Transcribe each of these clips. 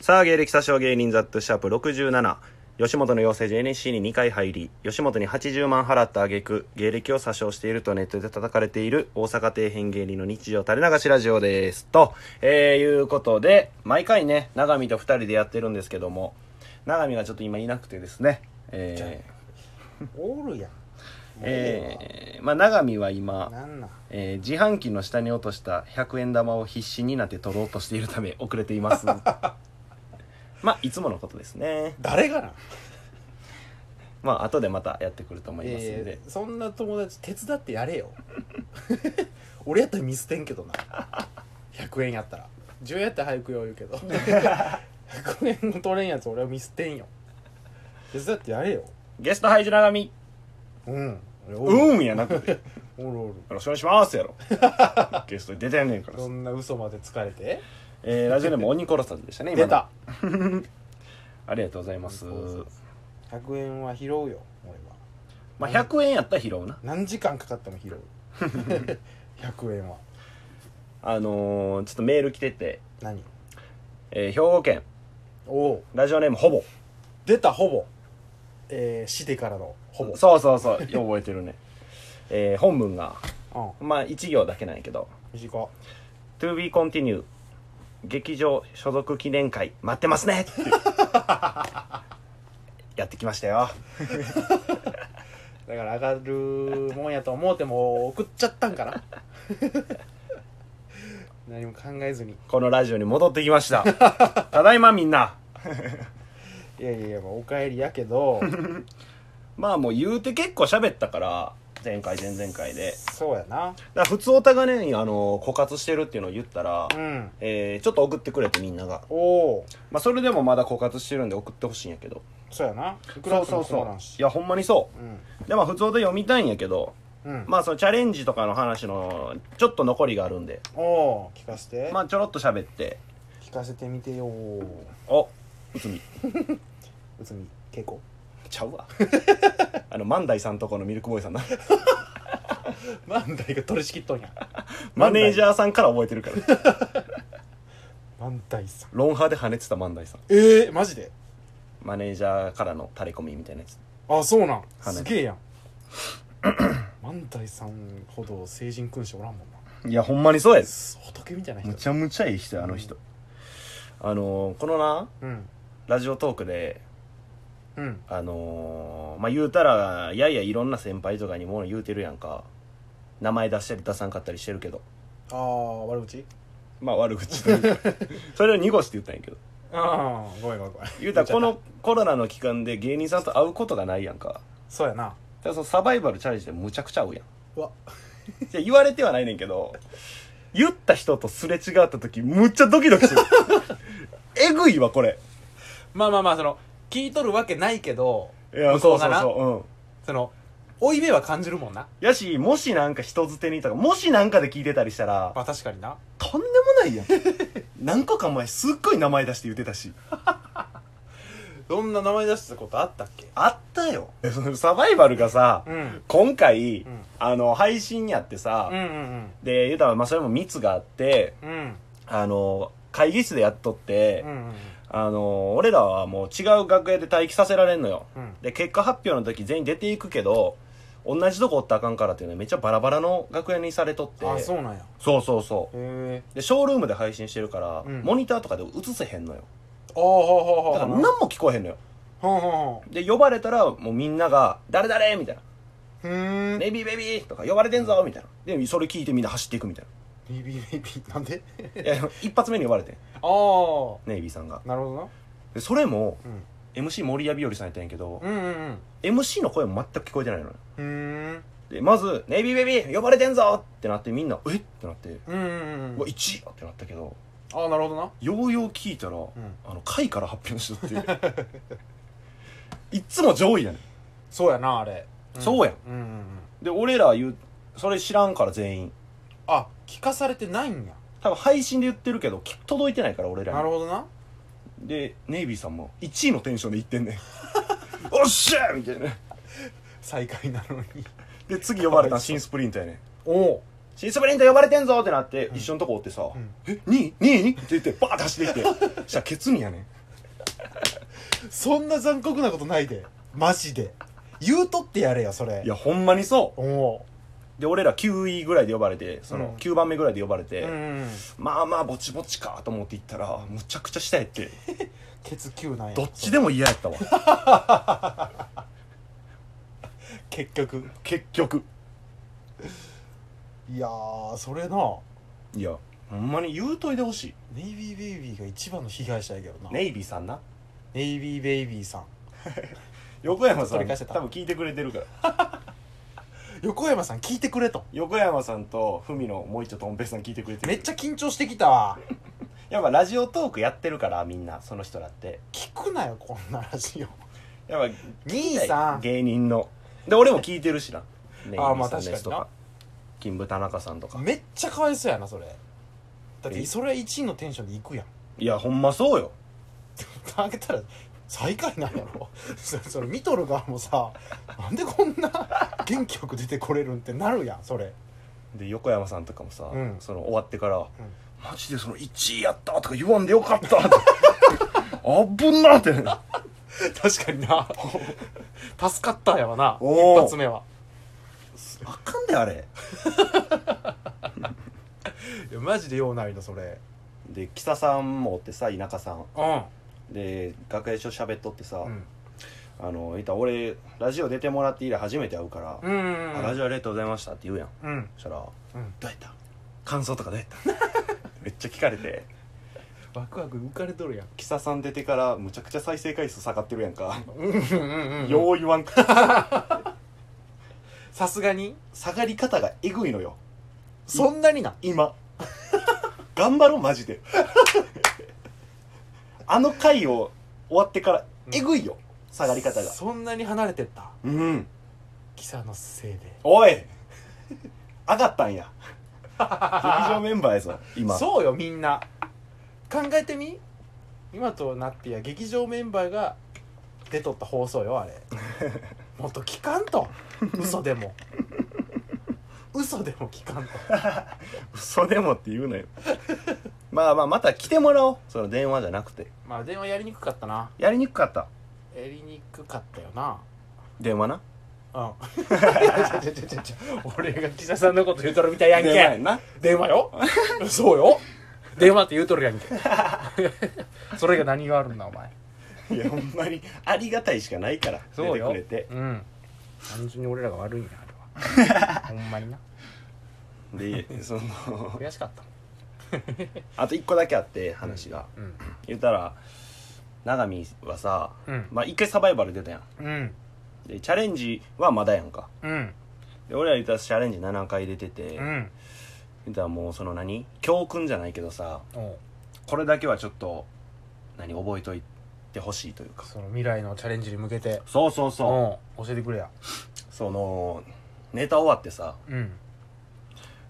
さあ、芸歴詐称芸人ザットシャープ67。吉本の養成所 NSC に2回入り、吉本に80万払った挙句、芸歴を詐称しているとネットで叩かれている大阪底辺芸人の日常垂れ流しラジオです。と、えー、いうことで、毎回ね、長見と2人でやってるんですけども、長見がちょっと今いなくてですね、えー、おるやんえー、まあ長見は今、なんなんえー自販機の下に落とした100円玉を必死になって取ろうとしているため遅れていますまあいつものことですね誰がなんまあ後でまたやってくると思いますんでえ、ーそんな友達手伝ってやれよ 俺やったら見捨てんけどな100円やったら10円やったら早くよ言うけど100円の取れんやつ俺は見捨てんよ手伝ってやれよゲストハイジ長見うん俺おるうんやなくてよおるおるろしくお願いします やろゲストに出てんねんからそんな嘘まで疲れてえーラジオネーム鬼殺さずでしたね今出のたありがとうございます100円は拾うよ俺はまあ100円やったら拾うな何時間かかっても 拾う100円はあのーちょっとメール来てて、何えー兵庫県おおラジオネームほぼ出たほぼえー、してからのほぼそうそうそうよう覚えてるね えー本文がうんまあ1行だけなんやけど短っ To be continue 劇場所属記念会待ってますねっ ていうやってきましたよだから上がるもんやと思うても送っちゃったんか な何も考えずにこのラジオに戻ってきました ただいまみんないやいやいやもうおかえりやけ どまあもう言うて結構喋ったから前回前々回でそうやなだから普通おたがねあの枯渇してるっていうのを言ったら、うんえーちょっと送ってくれてみんなが、おおまあ、それでもまだ枯渇してるんで送ってほしいんやけどそうやないくそらうそう送ってもそらううしいやほんまにそううでも普通で読みたいんやけどんうん、まあそのチャレンジとかの話のちょっと残りがあるんでおお聞かせて、まあちょろっと喋って聞かせてみてよお内海内海恵 子ちゃうわ あの万代さんとこのミルクボーイさんな万代が取り仕切っとんやマネージャーさんから覚えてるから万代さんロンハーで跳ねてた万代さんええー、マジでマネージャーからのタレコミみたいなやつあそうなん花すげえやん万代さんほど成人君子おらんもんないやほんまにそうや仏みたいな人むちゃむちゃいい人やあの人、あのーこのなうんラジオトークでうんあのーまあ言うたらややいろんな先輩とかにもの言うてるやんか名前出したり出さんかったりしてるけどああ悪口まあ悪口という かそれを濁して言ったんやけどああごめんごめんごめん言うたらこのコロナの期間で芸人さんと会うことがないやんかそうやなだからそのサバイバルチャレンジでむちゃくちゃ合うやんうわいや言われてはないねんけど言った人とすれ違った時むっちゃドキドキす るえぐいわこれまあまあまあその聞いとるわけないけどいや向そこううそがうなそうその負い目は感じるもんなうんやしもしなんか人づてにとかもしなんかで聞いてたりしたらまあ確かになとんでも ないやん何個か前すっごい名前出して言ってたしどんな名前出したことあったっけあったよそのサバイバルがさ、うん今回、んあの配信やってさ、うんうんで言うたらまあそれも密があってうんうんあの会議室でやっとって、うんあの俺らはもう違う楽屋で待機させられんのようんで結果発表の時全員出ていくけど同じとこおったらあかんからっていうのはめっちゃバラバラの楽屋にされとってあそうそうなんやそうそうへえでショールームで配信してるから、うんモニターとかで映せへんのよああほうほうだほうから何ほうも聞こえへんのよほうほで呼ばれたらもうみんなが「誰誰?」みたいなうふ「ーんベビーベビー」とか「呼ばれてんぞ」みたいなでそれ聞いてみんな走っていくみたいビビビビなんでないや一発目に呼ばれてんああネイビーさんがなるほどなでそれもうん MC 森谷日和さんやったんやけど、うんうん MC の声も全く聞こえてないのようんふーんでまず「ネイビーベビー呼ばれてんぞ!」ってなってみんな「えっ?」てなって「うんうんううわん1位や!」ってなったけどああなるほどなようよう聞いたら、んあの下位から発表しとっていう いっつも上位やねそうやなあれそうやんうんうんうんんで俺ら言うそれ知らんから全員あ聞かされてないんや多分配信で言ってるけどき届いてないから俺らになるほどなでネイビーさんも1位のテンションでいってんねん おっしゃーみたいな最下位なのにで次呼ばれたの新スプリントやねんおおシースプリント呼ばれてんぞってなって、一緒のとこおってさ、んえ2位 ?2 位にって言って、バーッて走ってい って、したらケツにやねん。そんな残酷なことないでマジで言うとってやれよそれいや、ほんまにそおう。で、俺ら9位ぐらいで呼ばれて、そうのん9番目ぐらいで呼ばれて、ううんまあまあぼちぼちかと思って行ったら、むちゃくちゃ下やって、ケツ9なんやどっちでも嫌やったわ。 結局結局。いやーそれないや、ほんまに言うといてほし。ネイビーベイビーが一番の被害者やけどないネイビーさんな。ネイビーベイビーさん横山さ取ん、り返してた多分聞いてくれてるから。横山さん聞いてくれと横山さんと文のもう一丁とんぺいさん聞いてくれてるめっちゃ緊張してきたわやっぱラジオトークやってるからみんなその人らって聞くなよこんなラジオやっ兄さぱん芸人ので俺も聞いてるしな、ねあーまあイリさんですと確かキンブ田中さんとかめっちゃかわいそうやなそれだっえてそれは1位のテンションでいくやんいやほんまそうよあげたら最下位なんやろ そそれ見とる側もさなんでこんな元気よく出てこれるんってなるやんそれで横山さんとかもさ、うんその終わってから、マジでその1位やった」とか言わんでよかった」 って「あぶんな」って確かにな 助かったんやわなおー一発目はあかんであれいやマジでようないのそれで木佐さんもおってさ田舎さんうんで楽屋一緒喋っとってさ、うんあの言ったら俺ラジオ出てもらって以来初めて会うから「うんあラジオありがとうございました」って言うやんうんそしたらうんどうやった感想とかどうやった めっちゃ聞かれてワクワク浮かれとるやん木佐さん出てからむちゃくちゃ再生回数下がってるやんか、うんうんうんよう言わんかさすがに下がり方がえぐいのよそんなにな今頑張ろうマジであの回を終わってからえぐいよ、下がり方がそんなに離れてったうんキサのせいでおい上がったんや劇場メンバーやぞ今そうよみんな考えてみ今となってや劇場メンバーが出とった放送よ あれもっと聞かんと嘘でも嘘でも聞かんと嘘でもって言うなよまあまあまた来てもらおうその電話じゃなくてまあ電話やりにくかったなやりにくかったやりにくかったよな電話な うんいやちょちょちょちょ俺が岸田さんのこと言うとるみたいやんけ電話やな電 話よそうよ電話って言うとるやんけそれが何があるんだお前いやほんまにありがたいしかないから出てくれてうん単純に俺らが悪いんやあれ はほんまになでその悔しかった あと一個だけあって話が、うん言ったら永見はさ、うんまあ一回サバイバル出たやんうんでチャレンジはまだやんかうんで俺ら言ったらチャレンジ7回出てて、う言んったらもうその何教訓じゃないけどさおうこれだけはちょっと何覚えといてほしいというかその未来のチャレンジに向けてそうそうそう、う教えてくれやそのネタ終わってさうんうん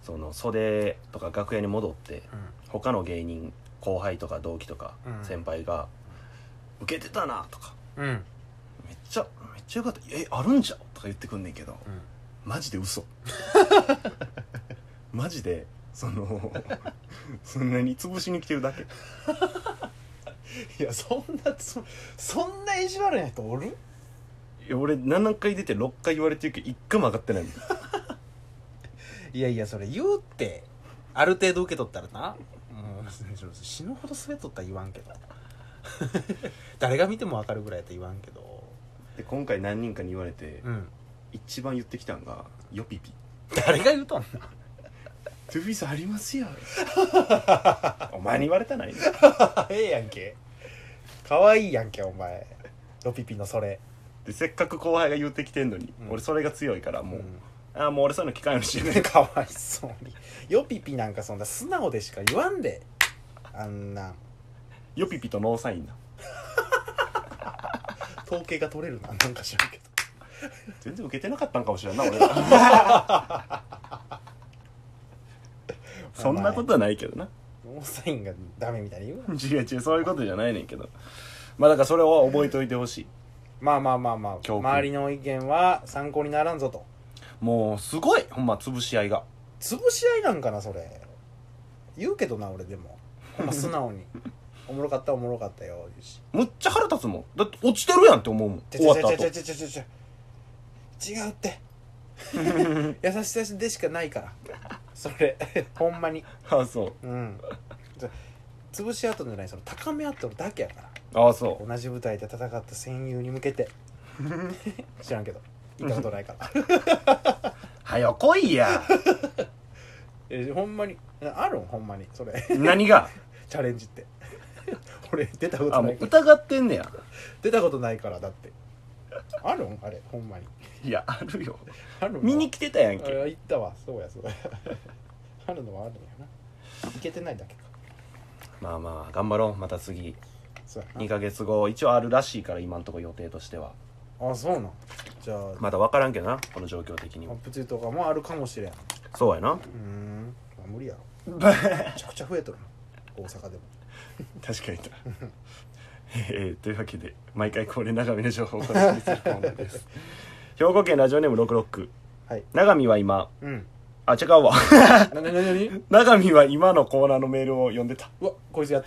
その袖とか楽屋に戻って他の芸人後輩とか同期とかうん先輩が「受けてたな」とかうん「めっちゃめっちゃよかったえあるんじゃう?」とか言ってくんねんけどうんマジで嘘 マジでそのそんなに潰しに来てるだけいやそんなつそんな意地悪な人おるいや俺7回出て6回言われてるけど1回も上がってないもんいやいやそれ言うってある程度受け取ったらなもう死ぬほど滑っとったら言わんけ ど誰が見てもわかるぐらいやったら言わんけどで今回何人かに言われてうん一番言ってきたんが「よぴぴ」誰が言うとんな「トゥービースありますよ」 お前に言われたないええやんけ可愛いやんけお前ロピピのそれでせっかく後輩が言ってきてんのに、うん俺それが強いからもう、んああもう俺そういうの聞かんようにしてね かわいそうにヨピピなんかそんな素直でしか言わんであんなよぴぴとノーサインな統計が取れる ななんか知らんけど全然受けてなかったんかもしれんな俺ら そんなことはないけどなノーサインがダメみたいに言うな違う違うそういうことじゃないねんけどまあだからそれを覚えておいてほしいまあまあまあまあ教訓周りの意見は参考にならんぞともうすごいほんま潰し合いが潰し合いなんかなそれ言うけどな俺でもほんま素直におもろかったおもろかったよ言うしむっちゃ腹立つもんだって落ちてるやんって思うもん終わった後違う違う違う違う違う違うって優しさでしかないからそれ ほんまに あそううんじゃ潰し合ったんじゃないその高め合ったるだけやからあそ同じ舞台で戦った戦友に向けて 知らんけど行ったことないから うはよ来い やえほんまにあるんほんまにそれ何がチャレンジって 俺出たこあとなもいうから疑ってんねや出たことないからだってあるんあれほんまにいやあるよあるん見に来てたやんあけ行ったわそうやそう やあるのはあるんやな行けてないだけかまあまあ頑張ろうまた次そうや2ヶ月後一応あるらしいから今んとこ予定としてはなあそうなんじゃあ、まだ分からんけどなこの状況的にアッもプツーとかもあるかもしれんうそうや なーん、まあ、無理やろめちゃくちゃ増えとるな大阪でも確かにだ えーというわけで毎回恒例長見の情報をお届けするコーナーです 兵庫県ラジオネーム66はい長見は今うんあ違うわ ななななに長見は今のコーナーのメールを読んでたうわこいつやってる